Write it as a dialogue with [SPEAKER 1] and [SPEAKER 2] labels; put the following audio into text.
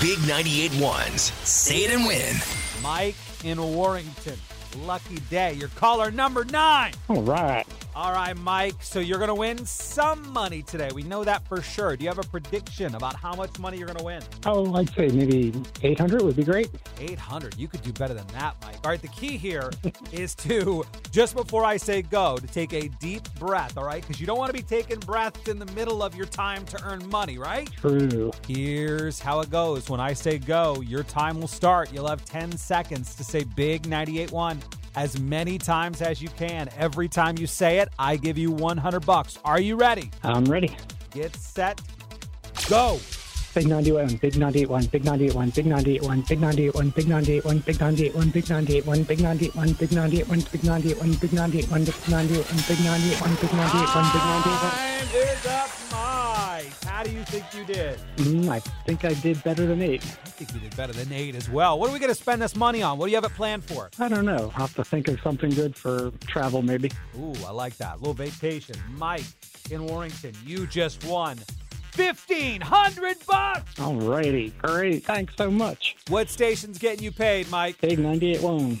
[SPEAKER 1] Big 98.1's Say It and Win.
[SPEAKER 2] Mike in Warrington. Lucky day. Your caller number nine.
[SPEAKER 3] All right.
[SPEAKER 2] All right, Mike. So you're going to win some money today. We know that for sure. Do you have a prediction about how much money you're going to win?
[SPEAKER 3] Oh, I'd say maybe 800 would be great.
[SPEAKER 2] 800. You could do better than that, Mike. All right, the key here is to, just before I say go, to take a deep breath, all right? Because you don't want to be taking breaths in the middle of your time to earn money, right?
[SPEAKER 3] True.
[SPEAKER 2] Here's how it goes. When I say go, your time will start. You'll have 10 seconds to say big 98.1 as many times as you can. Every time you say it, I give you 100 bucks. Are you ready?
[SPEAKER 3] I'm ready.
[SPEAKER 2] Get set, go.
[SPEAKER 3] Big 91, big 981, big 981, big 981, big 981, big 981, big 981, big 981, big 981, big 981, big 981, big 981, big 981, big 981, big 981, big 981.
[SPEAKER 2] Time is up, Mike. How do you think you did?
[SPEAKER 3] Mm, I think I did better than eight.
[SPEAKER 2] I think you did better than eight as well. What are we going to spend this money on? What do you have it planned for?
[SPEAKER 3] I don't know. I'll have to think of something good for travel, maybe.
[SPEAKER 2] Ooh, I like that. A little vacation. Mike in Warrington, you just won 1500 bucks.
[SPEAKER 3] All righty. Great. Thanks so much.
[SPEAKER 2] What station's getting you paid, Mike?
[SPEAKER 3] Big 981.